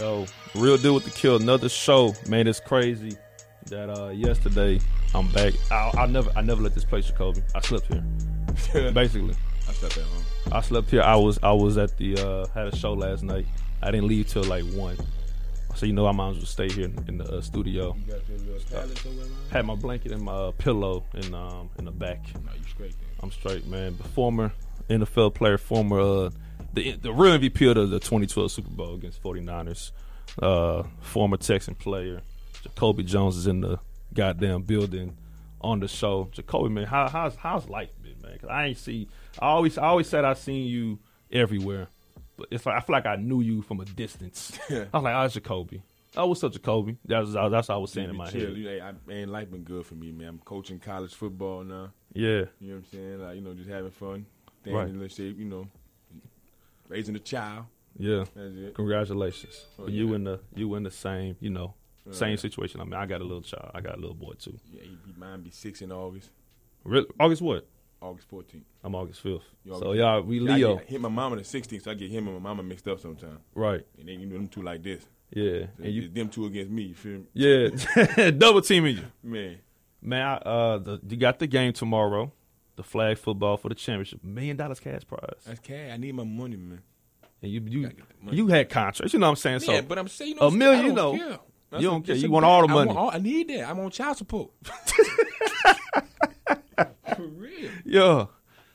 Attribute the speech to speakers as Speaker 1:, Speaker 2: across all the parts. Speaker 1: Yo, real deal with the kill. Another show, man. It's crazy that uh yesterday I'm back. I, I never, I never left this place, Jacoby. I slept here, basically.
Speaker 2: I slept at home.
Speaker 1: I slept here. I was, I was at the uh had a show last night. I didn't leave till like one, so you know I might as well stay here in, in the uh, studio.
Speaker 2: You got your little stylus or whatever?
Speaker 1: Had my blanket and my uh, pillow in um in the back.
Speaker 2: No, you straight then.
Speaker 1: I'm straight, man. Former NFL player, former uh, the the real MVP of the, the 2012 Super Bowl against 49ers. Uh, former Texan player, Jacoby Jones is in the goddamn building on the show. Jacoby, man, how, how's how's life been, man? 'Cause I ain't see. I always I always said I seen you everywhere, but it's like I feel like I knew you from a distance. I was like, oh, it's Jacoby. Oh, what's up, Jacoby? That's that's what I was saying in
Speaker 2: You
Speaker 1: my
Speaker 2: chill.
Speaker 1: head.
Speaker 2: You, I, man, life been good for me, man. I'm coaching college football now.
Speaker 1: Yeah,
Speaker 2: You know what I'm saying? Like, you know, just having fun. Staying
Speaker 1: Right.
Speaker 2: in little shape, you know. Raising a child.
Speaker 1: yeah.
Speaker 2: That's it.
Speaker 1: Congratulations.
Speaker 2: Oh,
Speaker 1: You
Speaker 2: yeah.
Speaker 1: in the you in the same, you know, same
Speaker 2: yeah.
Speaker 1: situation. I mean, I got a little child. I got a little boy too.
Speaker 2: Yeah, he, he, mine be six in August.
Speaker 1: Really? August what?
Speaker 2: August 14th.
Speaker 1: I'm August fifth.
Speaker 2: You
Speaker 1: So
Speaker 2: August-
Speaker 1: y'all, we
Speaker 2: Yeah, I
Speaker 1: Leo,
Speaker 2: get- I hit my mom on the 16th, so I get him and my mama mixed up sometimes.
Speaker 1: right?
Speaker 2: And then, you know, them two like this.
Speaker 1: Yeah,
Speaker 2: So
Speaker 1: and you,
Speaker 2: it's them two against me, you feel me?
Speaker 1: yeah, double teaming you,
Speaker 2: Man,
Speaker 1: man. I, uh, the, you got the game tomorrow, the flag football for the championship, million dollars cash prize,
Speaker 2: that's cash. I need my money, man.
Speaker 1: and you you
Speaker 2: Gotta get that money.
Speaker 1: you had contracts. You know what I'm saying?
Speaker 2: yeah,
Speaker 1: So
Speaker 2: but I'm saying you
Speaker 1: a
Speaker 2: know, what I'm
Speaker 1: million,
Speaker 2: saying? I don't
Speaker 1: you know.
Speaker 2: care.
Speaker 1: You don't care.
Speaker 2: it's
Speaker 1: You
Speaker 2: a
Speaker 1: want
Speaker 2: bill.
Speaker 1: all the
Speaker 2: I want
Speaker 1: money.
Speaker 2: all- I need that. I'm on child support. For real,
Speaker 1: yeah.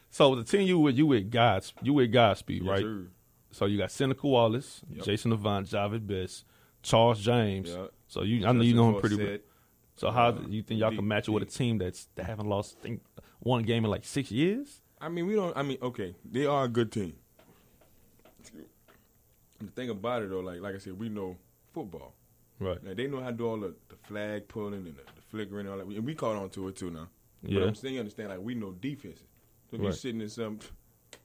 Speaker 1: So the team you with, you with God's, you with Godspeed, right?
Speaker 2: sir.
Speaker 1: So you got Seneca Wallace,
Speaker 2: Yep.
Speaker 1: Jason Devine, Javid Best, Charles James.
Speaker 2: Yep.
Speaker 1: So you, I know you know him pretty well.
Speaker 2: Forsett.
Speaker 1: So how
Speaker 2: Uh,
Speaker 1: do you think y'all
Speaker 2: deep,
Speaker 1: can match it with a
Speaker 2: deep.
Speaker 1: team that's that haven't lost I think, one game in like six years?
Speaker 2: I mean, we don't. I mean, okay, they are a good team. The thing about it though, like like I said, we know football.
Speaker 1: Right.
Speaker 2: Now they know how to do all the, the flag pulling and the, the flickering and all that. And we caught on to it too now.
Speaker 1: Yeah.
Speaker 2: But I'm saying, you understand, like we know defenses. So if you're
Speaker 1: Right.
Speaker 2: sitting in some,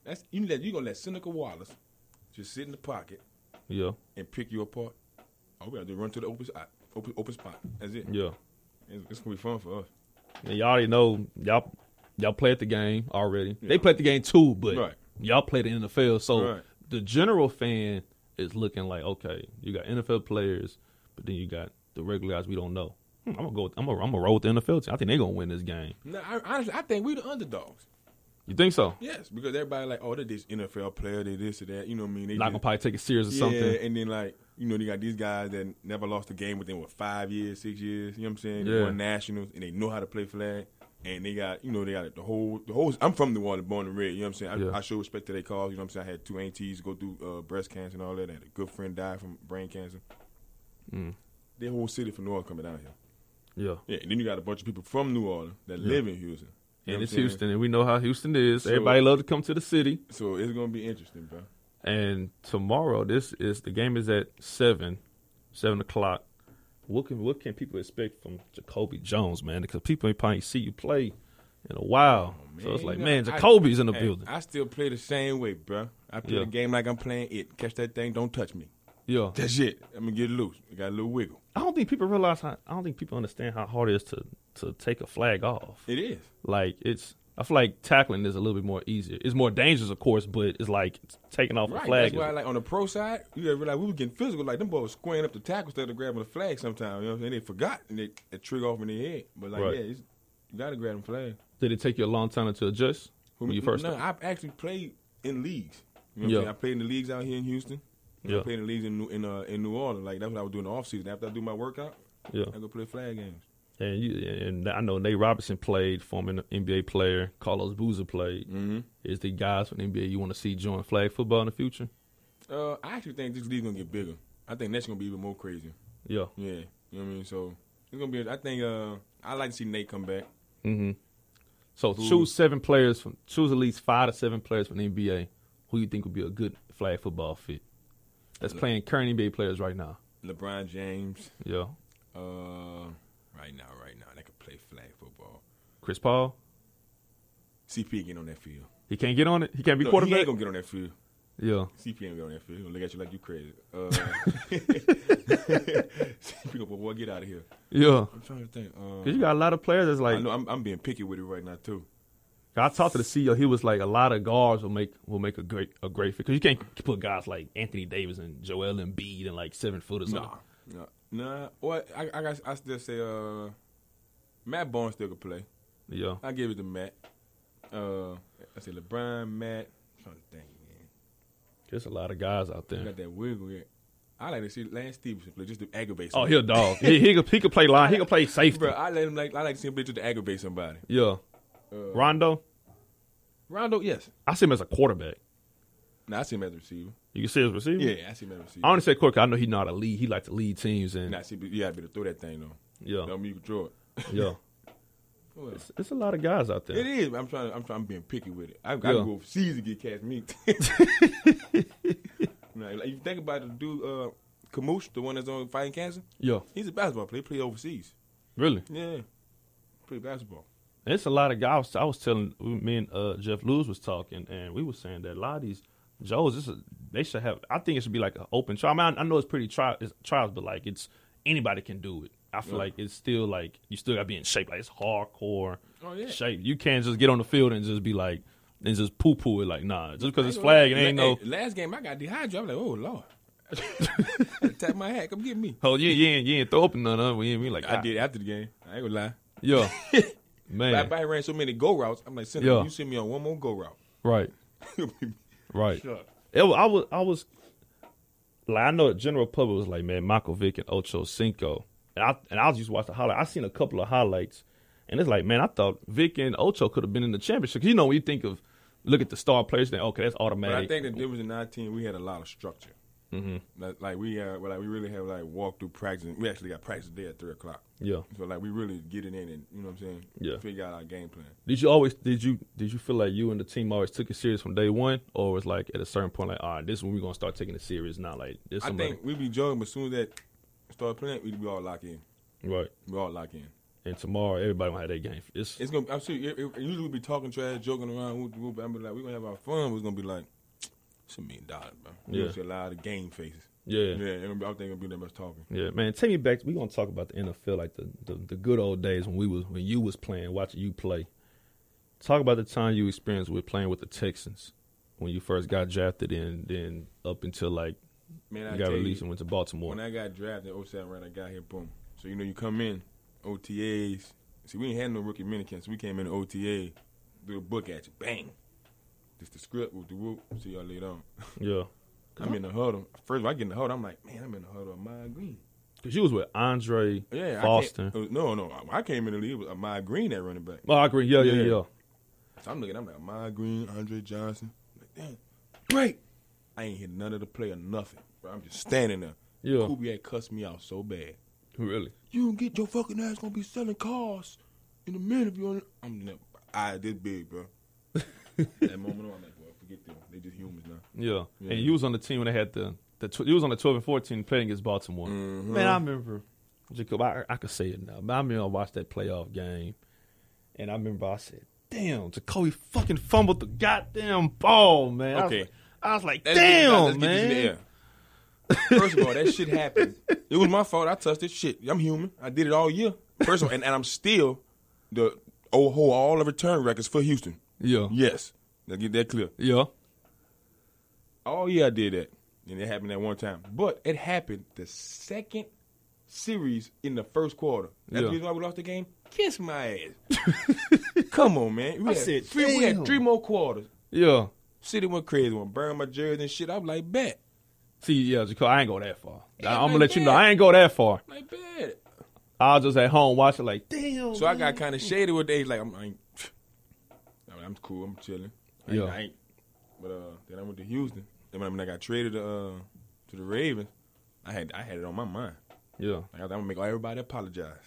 Speaker 2: that's you let you gonna let Seneca Wallace just sit in the pocket.
Speaker 1: Yeah.
Speaker 2: and pick you apart. All we gotta do is run to the open spot. Open, open spot. That's it.
Speaker 1: Yeah.
Speaker 2: It's, it's gonna be fun for us.
Speaker 1: And y'all already know y'all y'all played the game already. They
Speaker 2: Yeah.
Speaker 1: played the game too, but
Speaker 2: Right.
Speaker 1: y'all played the NFL. So
Speaker 2: Right.
Speaker 1: the general fan is looking like, okay, you got NFL players, but then you got the regular guys we don't know. Hmm, I'm gonna go. With, I'm gonna. I'm gonna roll with the NFL team. I think they're gonna win this game.
Speaker 2: No, I, honestly, I think we the underdogs.
Speaker 1: You think so?
Speaker 2: Yes, because everybody like, oh, they're this NFL player, they this or that. You know what I mean? They
Speaker 1: Not gonna
Speaker 2: just-
Speaker 1: probably take it serious or
Speaker 2: yeah,
Speaker 1: something.
Speaker 2: and then like, you know, they got these guys that never lost a game within what five years, six years. You know what I'm saying? They
Speaker 1: Yeah.
Speaker 2: won nationals and they know how to play flag. And they got, you know, they got the whole, the whole. I'm from New Orleans, born and bred. You know what I'm saying? I,
Speaker 1: Yeah.
Speaker 2: I show respect to their cause. You know what I'm saying? I had two aunties go through uh, breast cancer and all that. I had a good friend die from brain cancer.
Speaker 1: Mm.
Speaker 2: Their whole city from New Orleans coming down here.
Speaker 1: Yeah.
Speaker 2: Yeah, and then you got a bunch of people from New Orleans that
Speaker 1: Yeah.
Speaker 2: live in Houston. You
Speaker 1: And
Speaker 2: know what
Speaker 1: it's
Speaker 2: I'm saying?
Speaker 1: Houston, and we know how Houston is.
Speaker 2: So-
Speaker 1: Everybody love to come to the city.
Speaker 2: So it's gonna be interesting, bro.
Speaker 1: And tomorrow, this is the game is at seven, seven o'clock. What can what can people expect from Jacoby Jones, man? Because people ain't probably see you play in a while. so it's like,
Speaker 2: Oh, you know,
Speaker 1: man,
Speaker 2: I-
Speaker 1: Jacoby's in the
Speaker 2: hey,
Speaker 1: building.
Speaker 2: I still play the same way, bro. I play
Speaker 1: Yeah.
Speaker 2: the game like I'm playing it. Catch that thing, don't touch me.
Speaker 1: yeah,
Speaker 2: That's it. I'm gonna get loose. I got a little wiggle.
Speaker 1: I don't think people realize. How, I don't think people understand how hard it is to to take a flag off.
Speaker 2: It is.
Speaker 1: Like it's. I feel like tackling is a little bit more easier. It's more dangerous, of course, but it's like taking off a
Speaker 2: Right.
Speaker 1: flag.
Speaker 2: That's why,
Speaker 1: is-
Speaker 2: like on the pro side, you gotta realize we were getting physical. Like them boys were squaring up the tackle instead of grabbing the flag. Sometimes you know what I'm saying. They forgot and they, they trigger off in their head. But like,
Speaker 1: Right.
Speaker 2: yeah, it's, you gotta grab them flag.
Speaker 1: Did it take you a long time to adjust when you first?
Speaker 2: No, I've actually played in leagues. You know what I'm
Speaker 1: Yeah.
Speaker 2: saying? I played in the leagues out here in Houston.
Speaker 1: Yeah.
Speaker 2: I played in the leagues in New, in, uh, in New Orleans. Like that's what I was doing in the off season. After I do my workout,
Speaker 1: yeah.
Speaker 2: I go play flag games.
Speaker 1: And you and I know Nate Robinson played, former NBA player. Carlos Boozer played.
Speaker 2: Mm-hmm.
Speaker 1: Is the guys from the NBA you want to see join flag football in the future?
Speaker 2: Uh, I actually think this league gonna get bigger. I think that's gonna be even more crazy.
Speaker 1: Yeah.
Speaker 2: Yeah, you know what I mean. So it's gonna be. I think. Uh, I like to see Nate come back.
Speaker 1: Mm-hmm. So
Speaker 2: Who-
Speaker 1: choose seven players from choose at least five to seven players from the NBA who you think would be a good flag football fit. That's
Speaker 2: Look.
Speaker 1: playing current NBA players right now.
Speaker 2: LeBron James.
Speaker 1: Yeah.
Speaker 2: Uh, right now, right now, they could play flag football.
Speaker 1: Chris Paul.
Speaker 2: CP get on that field.
Speaker 1: He can't get on it. He can't be
Speaker 2: No, he
Speaker 1: quarterback.
Speaker 2: ain't gonna get on that field.
Speaker 1: yeah.
Speaker 2: CP ain't going there for you. He gonna look at you like you crazy. Uh, CP gonna put, boy, get out of here.
Speaker 1: Yeah.
Speaker 2: I'm trying to think. Uh,
Speaker 1: Cause you got a lot of players that's
Speaker 2: I
Speaker 1: like
Speaker 2: know I'm, I'm being picky with it right now too.
Speaker 1: I talked to the CEO. He was like, a lot of guards will make will make a great a great fit because you can't put guys like Anthony Davis and Joel Embiid and like seven footers.
Speaker 2: Nah, nah, nah. Well, I, I, guess I still say uh, Matt Barnes still could play.
Speaker 1: yeah,
Speaker 2: I give it to Matt. Uh, I say LeBron, Matt. I'm trying to think, man.
Speaker 1: there's a lot of guys out
Speaker 2: You
Speaker 1: there.
Speaker 2: got that wiggle here. I like to see Lance Stevenson play just to aggravate.
Speaker 1: Oh,
Speaker 2: Somebody.
Speaker 1: he a dog. he he could, he could play line. He could play safety.
Speaker 2: bro. I let him like I like to see him play just to aggravate somebody. Uh,
Speaker 1: Yeah, Rondo.
Speaker 2: Rondo, yes.
Speaker 1: I see him as a quarterback.
Speaker 2: Now I see him as a receiver.
Speaker 1: You can see his receiver.
Speaker 2: Yeah, I see him as a receiver.
Speaker 1: I only say quarterback. I know he know how to lead. He like to lead teams and
Speaker 2: Nah, see, but you gotta be able to throw that thing though.
Speaker 1: yeah,
Speaker 2: Don't mean you control it.
Speaker 1: yeah.
Speaker 2: Well,
Speaker 1: It's, it's a lot of guys out
Speaker 2: It
Speaker 1: there.
Speaker 2: is. I'm trying. To, I'm trying. I'm being picky with it. I got to
Speaker 1: Yeah.
Speaker 2: go overseas to get cash meat. now, like, if you think about the dude, uh, Kamush, the one that's on fighting cancer,
Speaker 1: Yeah,
Speaker 2: he's a basketball player. He play overseas.
Speaker 1: really.
Speaker 2: Yeah, play basketball.
Speaker 1: It's a lot of guys. I was telling me and uh, Jeff Lewis was talking, and we were saying that a lot of these Joes, this is, they should have. I think it should be like an open trial. I, mean, I, I know it's pretty tri- it's trials, but like it's anybody can do it. I feel
Speaker 2: Yeah.
Speaker 1: like it's still like you still got to be in shape. Like it's hardcore
Speaker 2: Oh, yeah.
Speaker 1: shape. You can't just get on the field and just be like and just poo poo it. Like nah, just because it's
Speaker 2: I gonna
Speaker 1: flag and
Speaker 2: lie.
Speaker 1: ain't
Speaker 2: Hey,
Speaker 1: no.
Speaker 2: Last game, I got dehydrated. I'm like, oh lord. I Tap my hat. Come get me.
Speaker 1: Oh, you, you ain't you ain't throw up none of it. We ain't we like
Speaker 2: I
Speaker 1: ah,
Speaker 2: did after the game. I ain't gonna lie.
Speaker 1: Yeah,
Speaker 2: I,
Speaker 1: man.
Speaker 2: I ran so many go routes. I'm like, Senator,
Speaker 1: Yeah.
Speaker 2: you send me on one more go route.
Speaker 1: Right, right.
Speaker 2: Shut up.
Speaker 1: It, wa- I was, I was, like, I know the general public was like, man, Michael Vick and Ocho Cinco, and I and I was just watching the highlight. I seen a couple of highlights, and it's like, man, I thought Vick and Ocho could have been in the championship. 'Cause you know, when you think of look at the star players, then okay, that's
Speaker 2: But
Speaker 1: automatic.
Speaker 2: I think the difference in our team, we had a lot of structure. Mm-hmm. Like, like we uh, well, like we really have like walk through practice. and We actually got practice day at three o'clock.
Speaker 1: yeah.
Speaker 2: So like we really get it in and you know what I'm saying.
Speaker 1: Yeah.
Speaker 2: Figure out our game plan.
Speaker 1: Did you always did you did you feel like you and the team always took it serious from day one, or was like at a certain point like, all right, this is when we're gonna start taking it serious, not like this.
Speaker 2: I
Speaker 1: Somebody,
Speaker 2: think we be jogging, but as soon as that start playing, we we all lock in.
Speaker 1: right.
Speaker 2: We all lock in.
Speaker 1: And tomorrow, everybody gonna have their game. It's
Speaker 2: It's gonna. I'm sure. It, it- usually we be talking trash, joking around. We, we, I'm be like, we gonna have our fun. We're gonna be like, it's a million dollars, bro. We
Speaker 1: Yeah.
Speaker 2: gonna see a lot of game faces.
Speaker 1: yeah.
Speaker 2: Yeah. and I don't think it'll be that much talking.
Speaker 1: Yeah, man. Take me back. We're gonna talk about the NFL, like the, the, the good old days when we was when you was playing, watching you play. Talk about the time you experienced with playing with the Texans when you first got drafted, and then up until like
Speaker 2: Man,
Speaker 1: you
Speaker 2: I
Speaker 1: got
Speaker 2: tell you,
Speaker 1: released and went to Baltimore.
Speaker 2: When I got drafted, 07 round, I got here, boom. So, you know, you come in, OTAs. See, we ain't had no rookie minicamp, so we came in the OTA, threw a book at you, bang. Just the script with the whoop. See y'all later on.
Speaker 1: yeah,
Speaker 2: I'm in the huddle. First, when I get in the huddle, I'm like, man, I'm in the huddle of Amaya Green.
Speaker 1: because you was with Andre
Speaker 2: Yeah, I
Speaker 1: Foster.
Speaker 2: can't- Oh, no, no, I came in the league with Amaya Green at running back.
Speaker 1: Oh, I agree. Yeah, yeah, yeah.
Speaker 2: Yeah. So I'm looking, I'm like, Amaya Green, Andre Johnson. I'm like, damn, great. I ain't hit none of the play or nothing. Bro, I'm just standing there.
Speaker 1: Yeah.
Speaker 2: Kubiak cussed me out so bad.
Speaker 1: Really?
Speaker 2: you don't get your fucking ass gonna be selling cars in a minute if you don't. I'm never, I this big, bro. that moment on, I'm like, well, forget them. They just humans now.
Speaker 1: Yeah.
Speaker 2: Yeah.
Speaker 1: And you was on the team when they had the the tw- you was on the twelve and fourteen playing against Baltimore.
Speaker 2: Mm-hmm.
Speaker 1: Man, I remember Jacob. I, I could say it now. But I remember I watched that playoff game, and I remember I said, "Damn, Jacoby fucking fumbled the goddamn ball, man."
Speaker 2: Okay.
Speaker 1: I was like, I was like
Speaker 2: Let's get-
Speaker 1: "Damn,
Speaker 2: let's get this
Speaker 1: man."
Speaker 2: in the air. First of all, that shit happened. It was my fault. I touched this shit. I'm human. I did it all year. First of all, and, and I'm still the oh hold all the return records for Houston.
Speaker 1: Yeah. yeah,
Speaker 2: Yes, let's get that clear. All year I did that, and it happened that one time. But it happened the second series in the first quarter. That's
Speaker 1: Yeah.
Speaker 2: the reason why we lost the game. Kiss my ass. Come on, man. We
Speaker 1: I
Speaker 2: had,
Speaker 1: said,
Speaker 2: three, we
Speaker 1: "Damn."
Speaker 2: had three more quarters.
Speaker 1: yeah.
Speaker 2: City went crazy, went burn my jersey and shit. I'm like, bet,
Speaker 1: See, yeah, Jacob, I ain't go that far.
Speaker 2: Yeah,
Speaker 1: I'm gonna
Speaker 2: like
Speaker 1: let you know,
Speaker 2: that.
Speaker 1: I ain't go that far.
Speaker 2: like bet.
Speaker 1: I was just at home watching, like, "Damn."
Speaker 2: So I got
Speaker 1: man."
Speaker 2: kind of shaded with days. Like I'm, I ain't, I mean, I'm cool. I'm chilling. I ain't,
Speaker 1: Yeah.
Speaker 2: I ain't. But uh, then I went to Houston. Then when I got traded uh, to the Ravens, I had I had it on my mind.
Speaker 1: yeah,
Speaker 2: Like, I'm gonna make everybody apologize.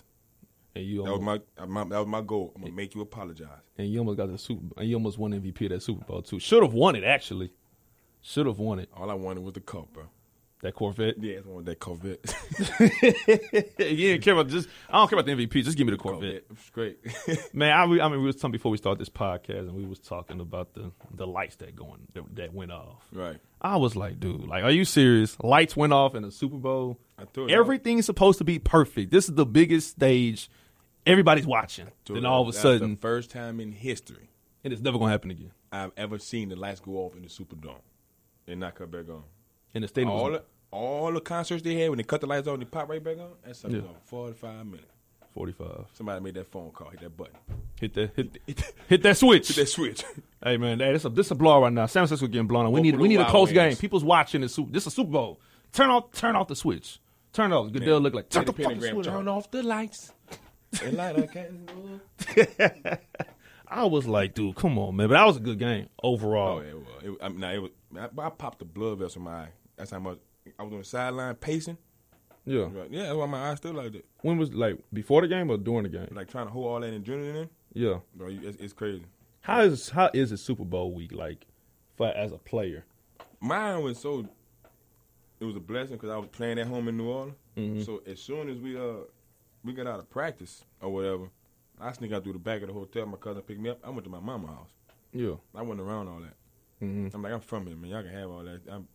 Speaker 1: and you
Speaker 2: That was
Speaker 1: almost,
Speaker 2: my, my that was my goal. I'm gonna make you apologize.
Speaker 1: and you almost got the super, and you almost won MVP of that Super Bowl too. Should have won it actually. Should have won it.
Speaker 2: All I wanted was the cup, bro.
Speaker 1: That Corvette.
Speaker 2: Yeah, I wanted that Corvette.
Speaker 1: you didn't care about just. I don't care about the MVP. Just give me the Corvette,
Speaker 2: Corvette, it's great.
Speaker 1: man. I, re- I mean, we was talking before we started this podcast, and we was talking about the the lights that going that, that went off.
Speaker 2: right.
Speaker 1: I was like, dude, like, are you serious? Lights went off in the Super Bowl.
Speaker 2: I told you.
Speaker 1: Everything's supposed to be perfect. This is the biggest stage. Everybody's watching.
Speaker 2: So
Speaker 1: then all of a
Speaker 2: that's
Speaker 1: sudden,
Speaker 2: the first time in history
Speaker 1: and it's never gonna happen again.
Speaker 2: I've ever seen the lights go off in the Superdome and not come back on.
Speaker 1: And the stadium
Speaker 2: all
Speaker 1: was
Speaker 2: the, all the concerts they had when they cut the lights off and they pop right back on. That's something
Speaker 1: Yeah.
Speaker 2: on forty five minutes.
Speaker 1: 45.
Speaker 2: Somebody made that phone call, hit that button,
Speaker 1: Hit that hit, hit that switch.
Speaker 2: hit that switch.
Speaker 1: Hey man, hey, this a this a blow right now. San Francisco getting blown out. We
Speaker 2: Go
Speaker 1: need
Speaker 2: for
Speaker 1: we
Speaker 2: the
Speaker 1: need a
Speaker 2: Wild
Speaker 1: close game.
Speaker 2: Wings.
Speaker 1: People's watching this. Super, this a Super Bowl. Turn off turn off the switch. Turn it off. Goodell look like turn the
Speaker 2: Independent
Speaker 1: fucking
Speaker 2: grand
Speaker 1: switch.
Speaker 2: chart.
Speaker 1: Turn off the lights.
Speaker 2: and light I can't move.
Speaker 1: I was like, dude, come on, man. But that was a good game
Speaker 2: Oh,
Speaker 1: overall.
Speaker 2: yeah, it was. It, I, mean, nah, it was I, I popped the blood vessel in my eye. That's how much I was on the sideline pacing.
Speaker 1: yeah.
Speaker 2: Like, yeah, that's why my eyes still like that.
Speaker 1: When was like before the game or during the game?
Speaker 2: Like trying to hold all that adrenaline in.
Speaker 1: Yeah.
Speaker 2: Bro, you, it's, it's crazy.
Speaker 1: How is how is it Super Bowl week like for as a player?
Speaker 2: Mine was so. It was a blessing because I was playing at home in New Orleans.
Speaker 1: Mm-hmm.
Speaker 2: So as soon as we uh we got out of practice or whatever, I sneak out through the back of the hotel. My cousin picked me up. I went to my mama's house.
Speaker 1: Yeah.
Speaker 2: I wasn't around all that.
Speaker 1: Mm-hmm.
Speaker 2: I'm like, I'm from here, man. Y'all can have all that. I'm,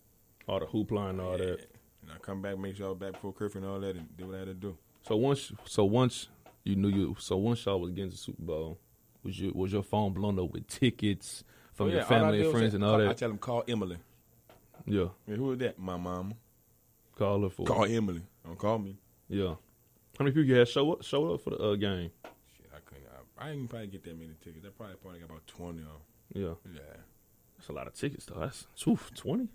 Speaker 1: All the hoopla and all that.
Speaker 2: And I come back, make sure I was back before curfew and all that, and did what I had to do.
Speaker 1: So once, so once you knew you, so once y'all was getting to Super Bowl, was your was your phone blown up with tickets from
Speaker 2: Oh, yeah,
Speaker 1: your
Speaker 2: all I
Speaker 1: family
Speaker 2: did
Speaker 1: and
Speaker 2: was
Speaker 1: friends
Speaker 2: say-
Speaker 1: and all
Speaker 2: I
Speaker 1: that?
Speaker 2: tell them call Emily.
Speaker 1: yeah,
Speaker 2: Yeah, who is that? My mama.
Speaker 1: call her for
Speaker 2: Call Emily. Don't call me.
Speaker 1: yeah. How many people you had show up show up for the uh, game?
Speaker 2: Shit, I couldn't. I, I didn't probably get that many tickets. I probably probably got about twenty of 'em.
Speaker 1: Yeah,
Speaker 2: Yeah.
Speaker 1: that's a lot of tickets though. That's twenty.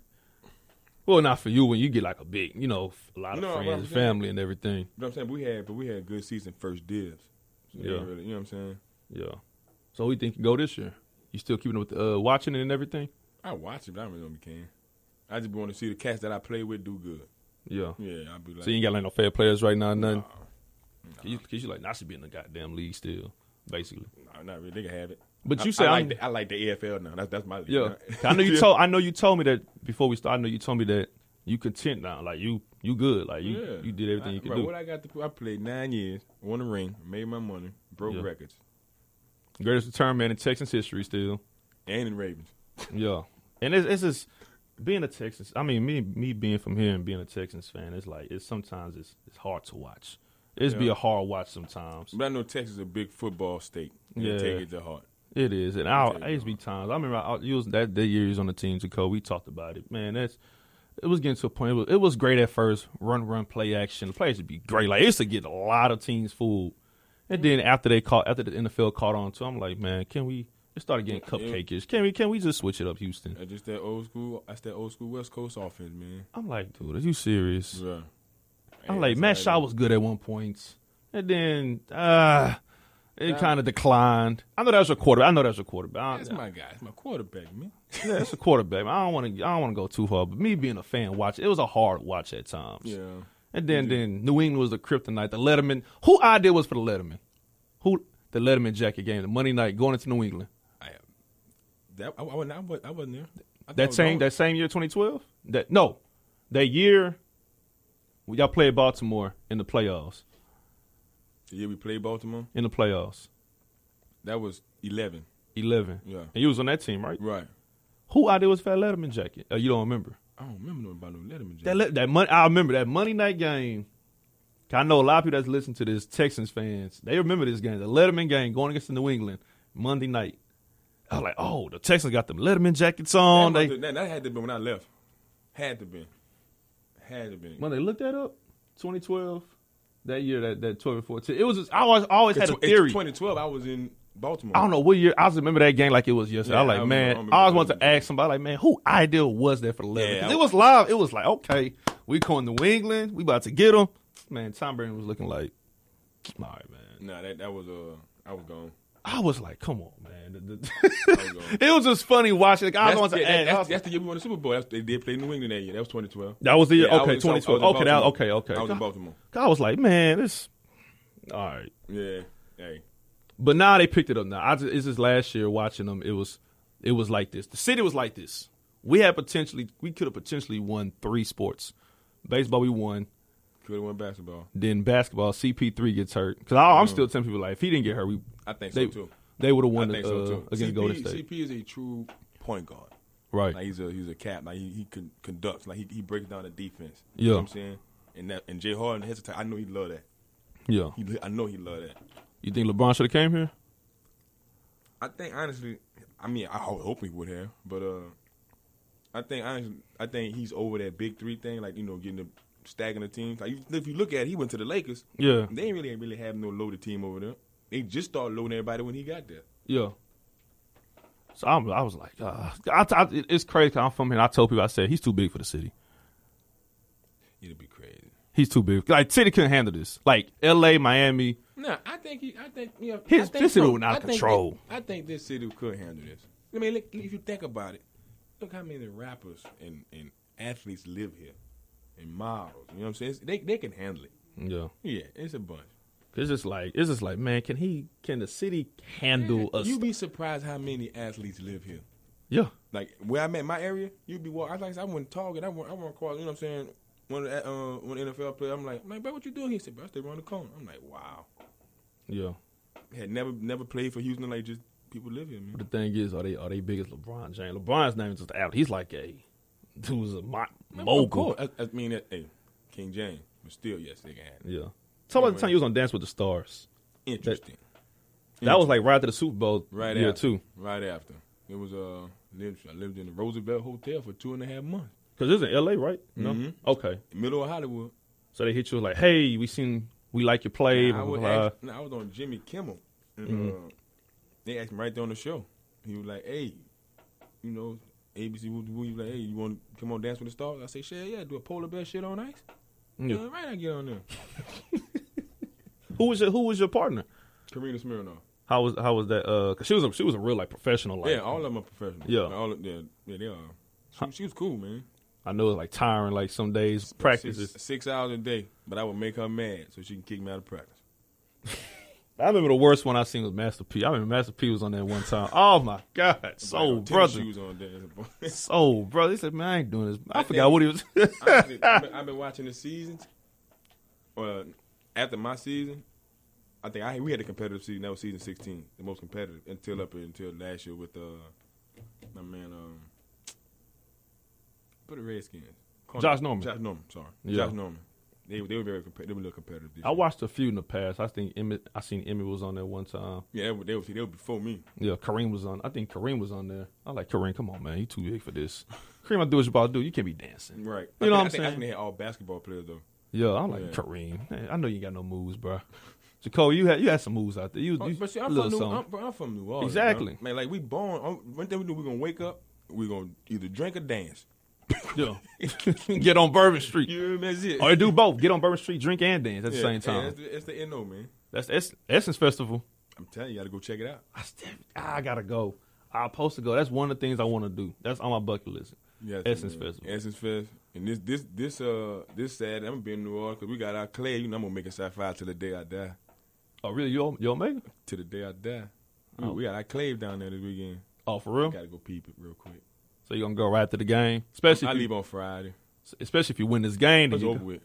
Speaker 1: Well, not for you when you get like a big, you know, f- a lot of
Speaker 2: No, but I'm
Speaker 1: friends,
Speaker 2: saying-
Speaker 1: family, and everything.
Speaker 2: But I'm saying but we had, but we had good season first dibs. So they
Speaker 1: Yeah.
Speaker 2: ain't really- you know what I'm saying?
Speaker 1: Yeah. So who you think can go this year? You still keeping up with the, uh, watching it and everything?
Speaker 2: I watch it, but I don't really don't be caring. I just want to see the cats that I play with do good.
Speaker 1: Yeah.
Speaker 2: Yeah, I'll be like,
Speaker 1: So you ain't got like no fair players right now, nothing.
Speaker 2: "Nah,
Speaker 1: Cause you, 'cause you like, nah, I should be in the goddamn league still, basically.
Speaker 2: nah, not really. They can have it.
Speaker 1: But
Speaker 2: I-
Speaker 1: you said
Speaker 2: I,
Speaker 1: I'm-
Speaker 2: like the, I like the AFL now. That's that's my league.
Speaker 1: Yeah,
Speaker 2: now.
Speaker 1: I know you
Speaker 2: Yeah.
Speaker 1: told. I know you told me that before we start. I know you told me that you content now. Like you, you good. Like you,
Speaker 2: Yeah.
Speaker 1: you did everything
Speaker 2: I,
Speaker 1: you could
Speaker 2: bro,
Speaker 1: do.
Speaker 2: What I got to I played nine years, won a ring, made my money, broke
Speaker 1: Yeah.
Speaker 2: records,
Speaker 1: Greatest return man in Texans history still.
Speaker 2: and in Ravens.
Speaker 1: Yeah, and it's, it's just being a Texans. I mean, me, me being from here and being a Texans fan, it's like it's sometimes it's it's hard to watch. It's be
Speaker 2: Yeah.
Speaker 1: a hard watch sometimes.
Speaker 2: But I know Texas is a big football state. and
Speaker 1: Yeah.
Speaker 2: They take it to heart.
Speaker 1: It is, and I
Speaker 2: Take it
Speaker 1: used to be times. I remember I, you was that that year you was on the team, Jacob. We talked about it, man. That's it was getting to a point. It was, it was great at first, run, run, play action. The players would be great. Like it used to get a lot of teams fooled, and then after they caught, after the NFL caught on to, I'm like, man, can we? It started getting
Speaker 2: Yeah.
Speaker 1: cupcakeish. Can we? Can we just switch it up, Houston?
Speaker 2: That's just that old school. That's that old school West Coast offense, man.
Speaker 1: I'm like, dude, are you serious?
Speaker 2: Yeah.
Speaker 1: I'm
Speaker 2: Yeah,
Speaker 1: like,
Speaker 2: that's
Speaker 1: Matt
Speaker 2: how it
Speaker 1: Shaw
Speaker 2: is.
Speaker 1: was good at one point, and then uh it kind of declined. I know that was your quarterback. I know that was your quarterback. I-
Speaker 2: That's my guy. That's my quarterback, man.
Speaker 1: Yeah, it's a quarterback. I don't want to. I don't want to go too hard. But me being a fan, watch it was a hard watch at times.
Speaker 2: Yeah.
Speaker 1: And then then New England was the kryptonite. The Letterman. Who idea was for the Letterman? Who the Letterman jacket game? The Monday night going into New England.
Speaker 2: I, that, I, I, wasn't, I, wasn't, I wasn't there. I thought I
Speaker 1: That
Speaker 2: was
Speaker 1: same
Speaker 2: gone.
Speaker 1: that same year, 2012. That no, that year. when Y'all played Baltimore in the playoffs.
Speaker 2: The year we played Baltimore,
Speaker 1: In the playoffs,
Speaker 2: that was 11.
Speaker 1: eleven.
Speaker 2: Yeah.
Speaker 1: And you was on that team, right?
Speaker 2: Right.
Speaker 1: Who idea was for that Letterman jacket? Uh, you don't remember?
Speaker 2: I don't remember nothing about no Letterman.
Speaker 1: That
Speaker 2: jacket.
Speaker 1: le- that Mon- I remember that Monday night game. 'Cause I know a lot of people that's listening to this Texans fans. They remember this game, the Letterman game going against the New England Monday night. I was like, oh, the Texans got them Letterman jackets
Speaker 2: that,
Speaker 1: on.
Speaker 2: must
Speaker 1: They
Speaker 2: have- that, that had to be when I left. Had to be. Had to be.
Speaker 1: when they looked that up, 2012, that year that that 12 and 14. It was just, I always I always had a
Speaker 2: It's tw-
Speaker 1: theory.
Speaker 2: It's 2012. I was in Baltimore.
Speaker 1: I don't know what year. I just remember that game like it was yesterday.
Speaker 2: Yeah,
Speaker 1: I was like,
Speaker 2: I remember- I
Speaker 1: man, I,
Speaker 2: remember
Speaker 1: always
Speaker 2: that
Speaker 1: wanted to
Speaker 2: game.
Speaker 1: ask somebody, like, man, who ideal was there for the Letterman?
Speaker 2: Yeah,
Speaker 1: 'Cause
Speaker 2: I-
Speaker 1: it was live. It was like, okay, we going New England. We about to get them. Man, Tom Brady was looking like, all right, man.
Speaker 2: Nah, that that was uh, I was gone.
Speaker 1: I was like, come on, man. The- the-
Speaker 2: I was gone.
Speaker 1: it was just funny watching. Like, I was
Speaker 2: That's-
Speaker 1: going to
Speaker 2: yeah,
Speaker 1: ask.
Speaker 2: That's, that's the year we won the Super Bowl. That's, they did play New England that year. That was 2012.
Speaker 1: that was the year.
Speaker 2: Yeah, I was
Speaker 1: okay,
Speaker 2: in- I was in
Speaker 1: 2012. Okay, that,
Speaker 2: Baltimore.
Speaker 1: okay, okay.
Speaker 2: I was in Baltimore.
Speaker 1: I was like, man, this. All right.
Speaker 2: Yeah. Hey.
Speaker 1: But now they picked it up. Now I just, it's just last year watching them. It was, it was like this. The city was like this. We had potentially, we could have potentially won three sports. Baseball, we won.
Speaker 2: Could have won basketball.
Speaker 1: Then basketball, CP3 gets hurt because I'm still telling people like, if he didn't get hurt, we,
Speaker 2: Mm. I think so
Speaker 1: they,
Speaker 2: too.
Speaker 1: they would have
Speaker 2: I
Speaker 1: won
Speaker 2: think
Speaker 1: the,
Speaker 2: so
Speaker 1: uh,
Speaker 2: too.
Speaker 1: against
Speaker 2: CP,
Speaker 1: Golden State.
Speaker 2: CP is a true point guard.
Speaker 1: Right.
Speaker 2: Like he's a he's a cap. Like he, he con- conducts. Like he, he breaks down the defense. You
Speaker 1: Yeah.
Speaker 2: know what I'm saying? And that and Jay Harden his attack, I know he love that.
Speaker 1: yeah.
Speaker 2: He lo- I know he love that.
Speaker 1: You think LeBron should have came here?
Speaker 2: I think honestly, I mean, I ho- hope he would have, but uh, I think I, I think he's over that big three thing, like you know, getting the stacking the teams. Like you- if you look at, it, he went to the Lakers.
Speaker 1: Yeah,
Speaker 2: They ain't really ain't really have no loaded team over there. They just started loading everybody when he got there.
Speaker 1: yeah. So I'm, I was like, ah. I, I, it's crazy. 'cause I'm from here. and I told people, I said he's too big for the city.
Speaker 2: It'd be crazy.
Speaker 1: He's too big. Like city couldn't handle this. Like L.A., Miami.
Speaker 2: No, I think he. I think yeah.
Speaker 1: His-
Speaker 2: I think
Speaker 1: this city
Speaker 2: so.
Speaker 1: was not
Speaker 2: I think
Speaker 1: controlled.
Speaker 2: that- I think this city could handle this. I mean, look, if you think about it, look how many rappers and, and athletes live here, and miles. You know what I'm saying? It's- they they can handle it.
Speaker 1: Yeah,
Speaker 2: Yeah, it's a bunch.
Speaker 1: it's just like it's just like man, can he? Can the city handle us?
Speaker 2: You'd be surprised how many athletes live here.
Speaker 1: yeah,
Speaker 2: Like where I'm at, my area, you'd be walking. I like I said, I went to Target. I went. I went across. You know what I'm saying? One of the, uh, one NFL player. I'm like, man, bro, what you doing here? He said, bro, I stay around the corner. I'm like, wow.
Speaker 1: yeah.
Speaker 2: Had never never played for Houston. Like just people live here, man.
Speaker 1: But the thing is, are they are they big as LeBron James? LeBron's name is just out. He's like a dude was a mo-
Speaker 2: Of
Speaker 1: mogul.
Speaker 2: course. I, I mean, that, hey, King James, but still, yes, they can have it.
Speaker 1: Yeah. Talk about the time you was on Dance with the Stars.
Speaker 2: Interesting.
Speaker 1: That was like right after the Super Bowl
Speaker 2: Right
Speaker 1: year
Speaker 2: after.
Speaker 1: too.
Speaker 2: Right after. It was, uh, lived, I lived in the Roosevelt Hotel for two and a half months,
Speaker 1: Cause it's in L.A. right? No.
Speaker 2: Mhm.
Speaker 1: Okay.
Speaker 2: middle of Hollywood.
Speaker 1: So they hit you with like, hey, we seen we like your play.
Speaker 2: I,
Speaker 1: blah, blah,
Speaker 2: would
Speaker 1: blah. Mm-hmm.
Speaker 2: ask- no, I was on Jimmy Kimmel. And, uh, they asked me right there on the show. He was like, hey, you know, ABC, Woo Woo, he was like, hey, you want to come on Dance with the Stars? I say, shit, yeah, do a polar bear shit on ice?
Speaker 1: Yeah.
Speaker 2: Yeah, right, I get on there.
Speaker 1: Who was your Who was your partner?
Speaker 2: Karina Smirnoff.
Speaker 1: How was How was that? Uh, 'cause she was a, she was a real like professional. Like
Speaker 2: yeah, all of them are professional.
Speaker 1: Yeah.
Speaker 2: All of, yeah, yeah, they are. She,
Speaker 1: Huh.
Speaker 2: she was cool, man.
Speaker 1: I know it's like tiring. Like some days practices.
Speaker 2: Six, six hours a day, but I would make her mad so she can kick me out of practice.
Speaker 1: I remember the worst one I seen was Master P. I remember Master P was on there one time. Oh my god, so
Speaker 2: Like, tennis
Speaker 1: brother.
Speaker 2: shoes on, dance.
Speaker 1: So, bro, he said, "Man, I ain't doing this." I,
Speaker 2: I
Speaker 1: forgot
Speaker 2: think-
Speaker 1: what he was.
Speaker 2: I've been- I've been- I've been watching the seasons. Well, after my season, I think I we had a competitive season. That was season sixteen, the most competitive until up until last year with uh, my man um, for the Redskins, Corner-
Speaker 1: Josh Norman.
Speaker 2: Josh Norman, sorry,
Speaker 1: Yeah.
Speaker 2: Josh Norman. They they were very competitive. They were a little competitive. This
Speaker 1: I
Speaker 2: year.
Speaker 1: watched a few in the past. I think Emmett, I seen Emmett was on there one time.
Speaker 2: Yeah, they were, they were they were before me.
Speaker 1: Yeah, Kareem was on. I think Kareem was on there. I like Kareem. Come on, man, you too big for this. Kareem, I do what you about to do. You can't be dancing.
Speaker 2: Right.
Speaker 1: You know
Speaker 2: I
Speaker 1: what I'm
Speaker 2: think, I think, I
Speaker 1: saying?
Speaker 2: think they had all basketball players though.
Speaker 1: Yeah, I'm like
Speaker 2: Yeah.
Speaker 1: Kareem. Man, I know you ain't got no moves, bro. Jacob, you had you had some moves out there. You,
Speaker 2: Oh,
Speaker 1: you
Speaker 2: but see, I'm
Speaker 1: little
Speaker 2: from, New,
Speaker 1: something.
Speaker 2: I'm, bro, I'm from New Orleans.
Speaker 1: Exactly.
Speaker 2: bro. Man, like we born. um, One thing we do, we're gonna wake up. We're gonna either drink or dance.
Speaker 1: yeah, get on Bourbon Street.
Speaker 2: You know what I mean? That's it.
Speaker 1: Or do both. Get on Bourbon Street, drink and dance Oh, at the
Speaker 2: Yeah,
Speaker 1: same
Speaker 2: yeah,
Speaker 1: time.
Speaker 2: that's, the, that's the NO, man.
Speaker 1: That's, that's Essence Festival.
Speaker 2: I'm telling you, you gotta go check it out.
Speaker 1: I still, I gotta go. I'm supposed to go. That's one of the things I want to do. That's on my bucket list.
Speaker 2: Yes,
Speaker 1: Essence
Speaker 2: man.
Speaker 1: Festival.
Speaker 2: Essence Fest. And this this this uh this Saturday, I'm gonna be in New Orleans 'cause we got our clay. You know, I'm gonna make a sci-fi till the day I die.
Speaker 1: Oh, really? You you Omega?
Speaker 2: Till the day I die. We,
Speaker 1: Oh.
Speaker 2: we got our clave down there this weekend.
Speaker 1: Oh, for real?
Speaker 2: Gotta go peep it real quick.
Speaker 1: So you are gonna go right to the game, especially
Speaker 2: I
Speaker 1: if you,
Speaker 2: leave on Friday.
Speaker 1: especially if you win this game. Then
Speaker 2: It's
Speaker 1: you
Speaker 2: over
Speaker 1: go-
Speaker 2: with.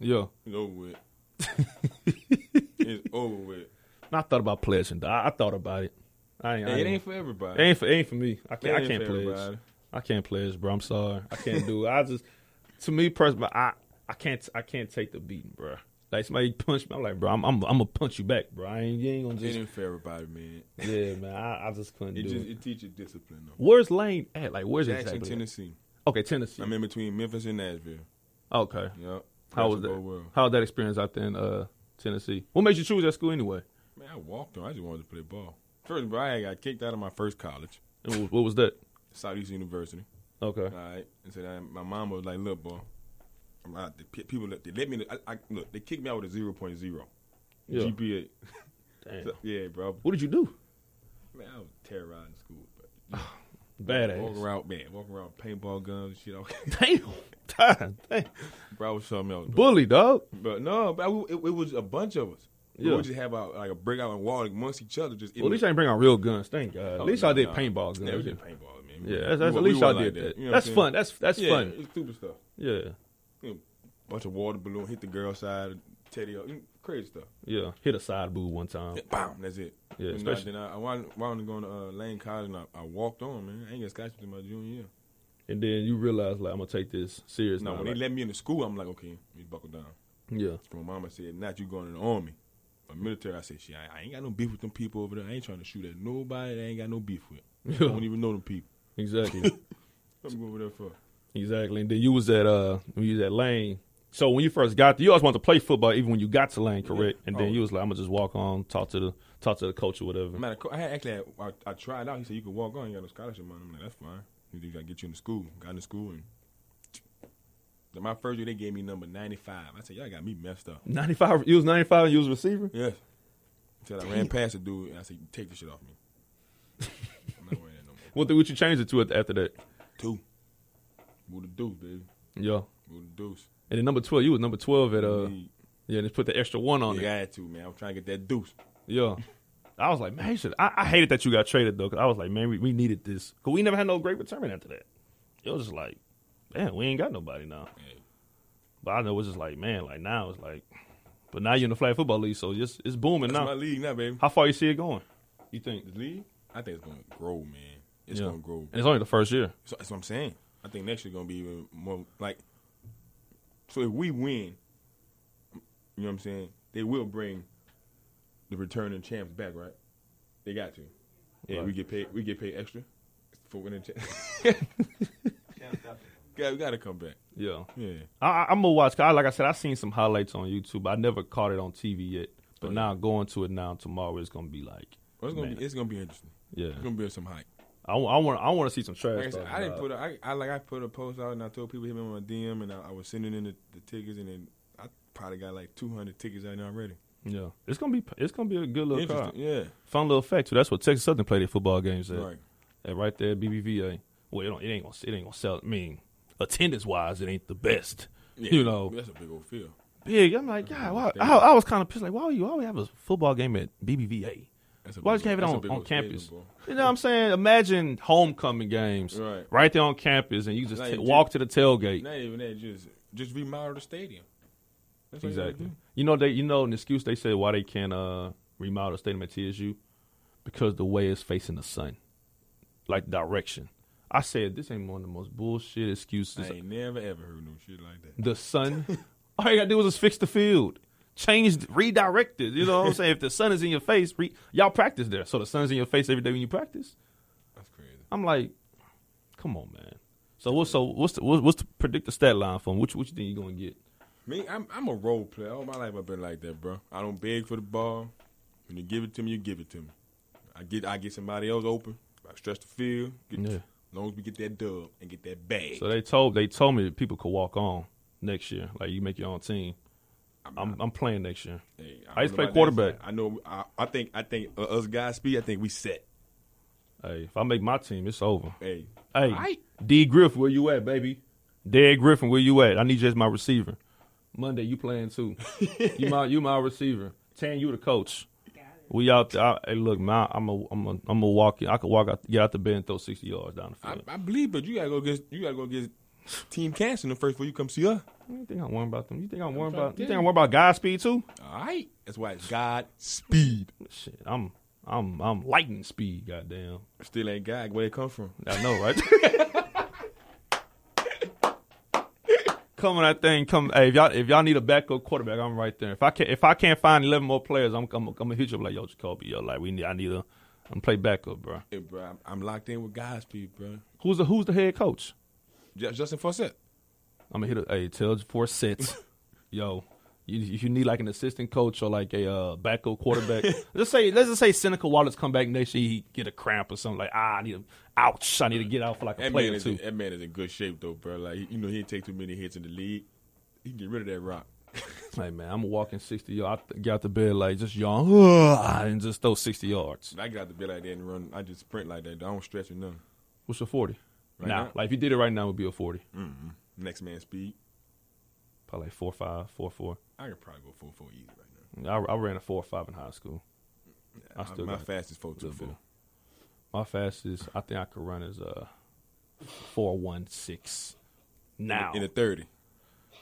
Speaker 1: Yeah.
Speaker 2: It's over with. it's over with.
Speaker 1: And I thought about pledging. though. I, I thought about it. I ain't. I
Speaker 2: Hey, it
Speaker 1: ain't-
Speaker 2: ain't for everybody.
Speaker 1: it ain't for, it ain't for me. I
Speaker 2: It
Speaker 1: can't. I
Speaker 2: ain't
Speaker 1: can't
Speaker 2: for
Speaker 1: pledge.
Speaker 2: everybody.
Speaker 1: I can't pledge, bro. I'm sorry. I can't do it. I just, to me personally, I, I can't. I can't take the beating, bro. Like somebody punch me, I'm like, bro, I'm, I'm, I'm gonna punch you back, bro. I ain't, you ain't gonna
Speaker 2: It
Speaker 1: just,
Speaker 2: ain't for everybody, man.
Speaker 1: yeah, man. I, I just couldn't
Speaker 2: It
Speaker 1: do
Speaker 2: just
Speaker 1: it.
Speaker 2: it teaches discipline though.
Speaker 1: Where's Lane at? Like, where's it
Speaker 2: Jackson,
Speaker 1: exactly? at?
Speaker 2: Tennessee.
Speaker 1: Okay, Tennessee.
Speaker 2: I'm in between Memphis and Nashville.
Speaker 1: okay.
Speaker 2: Yep.
Speaker 1: How was
Speaker 2: Basketball
Speaker 1: that?
Speaker 2: World.
Speaker 1: How was that experience out there in uh, Tennessee? What made you choose that school anyway?
Speaker 2: Man, I walked on. I just wanted to play ball. First, bro, I got kicked out of my first college,
Speaker 1: And what, what was that?
Speaker 2: Southeastern University.
Speaker 1: Okay.
Speaker 2: All right, and so then my mom was like, "Look, boy, I'm out. The pe- people that- they let me I, I, look. They kicked me out with a 0.0
Speaker 1: Yeah.
Speaker 2: GPA.
Speaker 1: Damn.
Speaker 2: So, yeah, bro.
Speaker 1: What did you do?
Speaker 2: Man, I was terrorizing school. But walking
Speaker 1: Badass.
Speaker 2: around, man, walking around with paintball guns and shit. I-
Speaker 1: Damn. God, damn.
Speaker 2: bro, I was something else. Bro.
Speaker 1: Bully, dog.
Speaker 2: But no, but I, it, it was a bunch of us.
Speaker 1: Yeah.
Speaker 2: We would just have our, like a breakout and wall amongst each other. Just
Speaker 1: Well, at least I didn't bring out real guns. Thank God. At
Speaker 2: Oh,
Speaker 1: least
Speaker 2: no,
Speaker 1: I did
Speaker 2: no.
Speaker 1: paintball
Speaker 2: Yeah, we
Speaker 1: guns.
Speaker 2: did paintball, man.
Speaker 1: Yeah, that's, that's,
Speaker 2: We-
Speaker 1: at
Speaker 2: we
Speaker 1: least
Speaker 2: were
Speaker 1: I
Speaker 2: like
Speaker 1: did that.
Speaker 2: You know what
Speaker 1: that's
Speaker 2: I'm saying?
Speaker 1: fun. That's that's
Speaker 2: yeah,
Speaker 1: fun.
Speaker 2: It's stupid stuff.
Speaker 1: Yeah,
Speaker 2: bunch of water balloon hit the girl side, teddy up, crazy stuff.
Speaker 1: yeah. Hit a side boob one time.
Speaker 2: Bam, that's it.
Speaker 1: Yeah,
Speaker 2: But no,
Speaker 1: especially-
Speaker 2: then I, I wound I wound up going to uh, Lane College and I, I walked on, man. I ain't got scholarship in my junior year.
Speaker 1: And then you realize, like, I'm gonna take this serious.
Speaker 2: No,
Speaker 1: now.
Speaker 2: when
Speaker 1: like-
Speaker 2: they let me into school, I'm like, okay, let me buckle down.
Speaker 1: yeah,
Speaker 2: My mama said, not you going in the army. I a military, I say, shit, I, I ain't got no beef with them people over there. I ain't trying to shoot at nobody that I ain't got no beef with. I don't even know them people.
Speaker 1: Exactly.
Speaker 2: What I'm going over there for?
Speaker 1: exactly. And then you was at uh when you was at Lane. So when you first got there, you always wanted to play football even when you got to Lane, correct? And then
Speaker 2: Oh.
Speaker 1: you was like, I'm gonna just walk on, talk to the talk to the coach or whatever.
Speaker 2: Matter of co- I had actually, had, I, I tried out. He said, you can walk on. You got no scholarship money. I'm like, that's fine. He said, "We gotta get you into school. Got into school and. then My first year, they gave me number 95. I said, y'all got me messed up.
Speaker 1: Ninety five you was ninety five and you was a receiver?
Speaker 2: Yes. Until I ran past a dude and I said, take this shit off me. I'm not wearing that no more.
Speaker 1: What did what you change it to at- after that?
Speaker 2: Two. Move the deuce, baby.
Speaker 1: Yeah.
Speaker 2: Move the deuce.
Speaker 1: And then number twelve, you was number twelve at uh
Speaker 2: Need-
Speaker 1: yeah, and just put the extra one on
Speaker 2: you
Speaker 1: it.
Speaker 2: got to, man. I'm trying to get that deuce.
Speaker 1: Yeah. I was like, man, you should, I, I hated that you got traded though, 'cause I was like, man, we, we needed this, cause we never had no great return after that. It was just like, man, we ain't got nobody now.
Speaker 2: Hey.
Speaker 1: But I know it was just like, man, like now it's like, but now you're in the flag football league, so it's it's booming
Speaker 2: That's my
Speaker 1: now.
Speaker 2: league now, baby.
Speaker 1: How far you see it going?
Speaker 2: You think the league? I think it's going to grow, man. It's
Speaker 1: Yeah.
Speaker 2: going to grow.
Speaker 1: And it's only the first year.
Speaker 2: So that's what I'm saying. I think next year going to be even more like. So if we win, you know what I'm saying? They will bring the returning champs back, right? They got to. Yeah,
Speaker 1: Right.
Speaker 2: we get paid. We get paid extra for winning. Cha- yeah, we got to come back.
Speaker 1: Yeah,
Speaker 2: Yeah,
Speaker 1: I, I, I'm gonna watch. 'cause I, like I said, I seen some highlights on YouTube. I never caught it on TV yet, but
Speaker 2: Oh, yeah.
Speaker 1: now going to it now tomorrow it's gonna be like,
Speaker 2: well, it's gonna
Speaker 1: Man.
Speaker 2: be. It's gonna be interesting.
Speaker 1: yeah,
Speaker 2: It's gonna be some hype.
Speaker 1: I, want I want to see some
Speaker 2: Like I,
Speaker 1: trash.
Speaker 2: said,
Speaker 1: talk
Speaker 2: I didn't
Speaker 1: about
Speaker 2: put. A, I, I like. I put a post out and I told people hit me on my DM and I, I was sending in the, the tickets and then I probably got like 200 tickets out there already.
Speaker 1: it. yeah, it's gonna be it's gonna be a good little crowd.
Speaker 2: Interesting. Yeah.
Speaker 1: Fun little fact too. That's what Texas Southern played their football games at.
Speaker 2: Right.
Speaker 1: at right there, at BBVA. Well, it, don't, it ain't gonna it ain't gonna sell. I mean, attendance wise, it ain't the best.
Speaker 2: Yeah.
Speaker 1: You know,
Speaker 2: That's a big old field.
Speaker 1: big. I'm like, God, why, I, I was kind of pissed. Like, why would you always have a football game at BBVA?
Speaker 2: That's a
Speaker 1: Why
Speaker 2: big
Speaker 1: did you have it
Speaker 2: old- that's a
Speaker 1: on, on
Speaker 2: big old stadium,
Speaker 1: campus?
Speaker 2: boy.
Speaker 1: You know what I'm saying? Imagine homecoming games
Speaker 2: Right.
Speaker 1: there on campus, and you just
Speaker 2: Now
Speaker 1: t-
Speaker 2: you
Speaker 1: walk to the tailgate.
Speaker 2: Not even that. Just just remodel the stadium. That's all you Mm-hmm. gotta
Speaker 1: Exactly.
Speaker 2: do.
Speaker 1: You know they you know an excuse they said why they can't uh, remodel the stadium at TSU because the way it's facing the sun, like direction. I said this ain't one of the most bullshit excuses
Speaker 2: I ain't never ever heard no shit like that.
Speaker 1: the sun. all you gotta do is just fix the field, change, redirect it. You know what I'm saying? If the sun is in your face, re- y'all practice there, so the sun's in your face every day when you practice.
Speaker 2: That's crazy.
Speaker 1: I'm like, come on, man. So what's so what's the, what's, what's the predict the stat line from? Which which thing you gonna get?
Speaker 2: Me, I'm I'm a role player. All my life I've been like that, bro. I don't beg for the ball. When you give it to me, you give it to me. I get I get somebody else open. I stretch the field. Get,
Speaker 1: Yeah.
Speaker 2: As long as we get that dub and get that bag.
Speaker 1: So they told they told me that people could walk on next year. Like you make your own team. I'm I'm playing next year.
Speaker 2: Hey,
Speaker 1: I used to play
Speaker 2: don't know about
Speaker 1: quarterback.
Speaker 2: that. I know. I, I think. I think uh, us guys speed. I think we set.
Speaker 1: Hey, if I make my team, it's over.
Speaker 2: Hey,
Speaker 1: Hey,
Speaker 2: Aight.
Speaker 1: D Griffin, where you at, baby? Dead Griffin, where you at? I need you as my receiver. Monday, you playing too. you my you my receiver. Tan, you the coach. We out there. I, hey, look, man, I'm a I'm a I'm a walk. I could walk out, get out the bed and throw sixty yards down the
Speaker 2: I,
Speaker 1: field.
Speaker 2: I believe, but you gotta go get. You gotta go get team cancer the first before you come see us.
Speaker 1: I you think I'm worried about them? You think I'm worried
Speaker 2: trying to
Speaker 1: about? You
Speaker 2: tell
Speaker 1: think
Speaker 2: you.
Speaker 1: I'm worried about Godspeed too?
Speaker 2: All right. That's why it's God speed.
Speaker 1: Shit, I'm I'm I'm lightning speed. Goddamn,
Speaker 2: Still ain't God. Where it come from?
Speaker 1: I know, right? Coming that thing, come. Hey, if y'all if y'all need a backup quarterback, I'm right there. If I can not if I can't find eleven more players, I'm I'm, I'm gonna hit you up like yo, Jacoby, yo, like we need I need a I'm play backup, bro.
Speaker 2: Hey, bro, I'm, I'm locked in with God's speed, bro.
Speaker 1: Who's the who's the head coach?
Speaker 2: Ju- Justin Fawcett.
Speaker 1: I'm gonna hit a hey, tell four sets, yo. You, you need like an assistant coach or like a uh, backup quarterback. let's say let's just say Seneca Wallace come back next year, he get a cramp or something like ah, I need a ouch, I need to get out for like a
Speaker 2: That
Speaker 1: play
Speaker 2: man,
Speaker 1: or
Speaker 2: is
Speaker 1: two.
Speaker 2: in, that man is in good shape though, bro. Like he- you know, he ain't take too many hits in the league. He can get rid of that rock.
Speaker 1: Hey man, I'm walking sixty yards. I got to bed like just yawn "Ugh," and just throw sixty yards.
Speaker 2: When I get out the bed like that and run. I just sprint like that. though. I don't stretch or nothing.
Speaker 1: What's a forty?
Speaker 2: Right
Speaker 1: now,
Speaker 2: now?
Speaker 1: like if you did it right now, it would be a forty.
Speaker 2: Next man speed.
Speaker 1: Probably like four five, four four.
Speaker 2: I could probably go four four easy right now.
Speaker 1: I, I ran a four five in high school. I still
Speaker 2: my
Speaker 1: got
Speaker 2: fastest four
Speaker 1: a
Speaker 2: two
Speaker 1: little bit.
Speaker 2: four.
Speaker 1: My fastest, I think I could run is uh four one six. Now,
Speaker 2: in the thirty.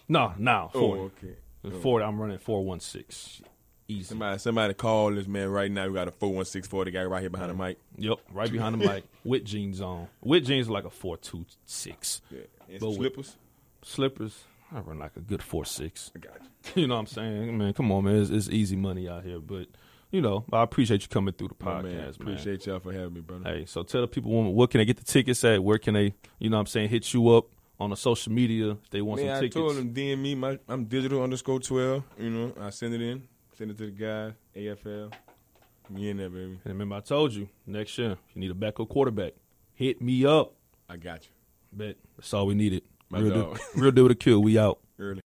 Speaker 1: no, now
Speaker 2: Oh,
Speaker 1: forty.
Speaker 2: okay.
Speaker 1: In Forty, I'm running four one six. Easy.
Speaker 2: Somebody, somebody call this man right now. We got a four one six forty guy right here behind the mic.
Speaker 1: Yep, right behind the mic with jeans on. With jeans like a four two six.
Speaker 2: Yeah, and
Speaker 1: But with-
Speaker 2: slippers.
Speaker 1: Slippers. I run like a good four six.
Speaker 2: I got you.
Speaker 1: You know what I'm saying? Man, come on, man. It's, it's easy money out here, but you know, I appreciate you coming through the
Speaker 2: My
Speaker 1: podcast, man.
Speaker 2: man, appreciate y'all for having me, brother.
Speaker 1: Hey, so tell the people when, what can they get the tickets at? Where can they, you know what I'm saying, hit you up on the social media if they want
Speaker 2: Man,
Speaker 1: some
Speaker 2: I
Speaker 1: tickets.
Speaker 2: told him DM me. My I'm digital underscore twelve. You know, I send it in, send it to the guys. AFL, me in there, baby.
Speaker 1: And remember I told you, next year, if you need a backup quarterback, hit me up.
Speaker 2: I got you.
Speaker 1: Bet. That's all we needed.
Speaker 2: My
Speaker 1: real,
Speaker 2: dog.
Speaker 1: Deal, real deal to kill. We out.
Speaker 2: Early.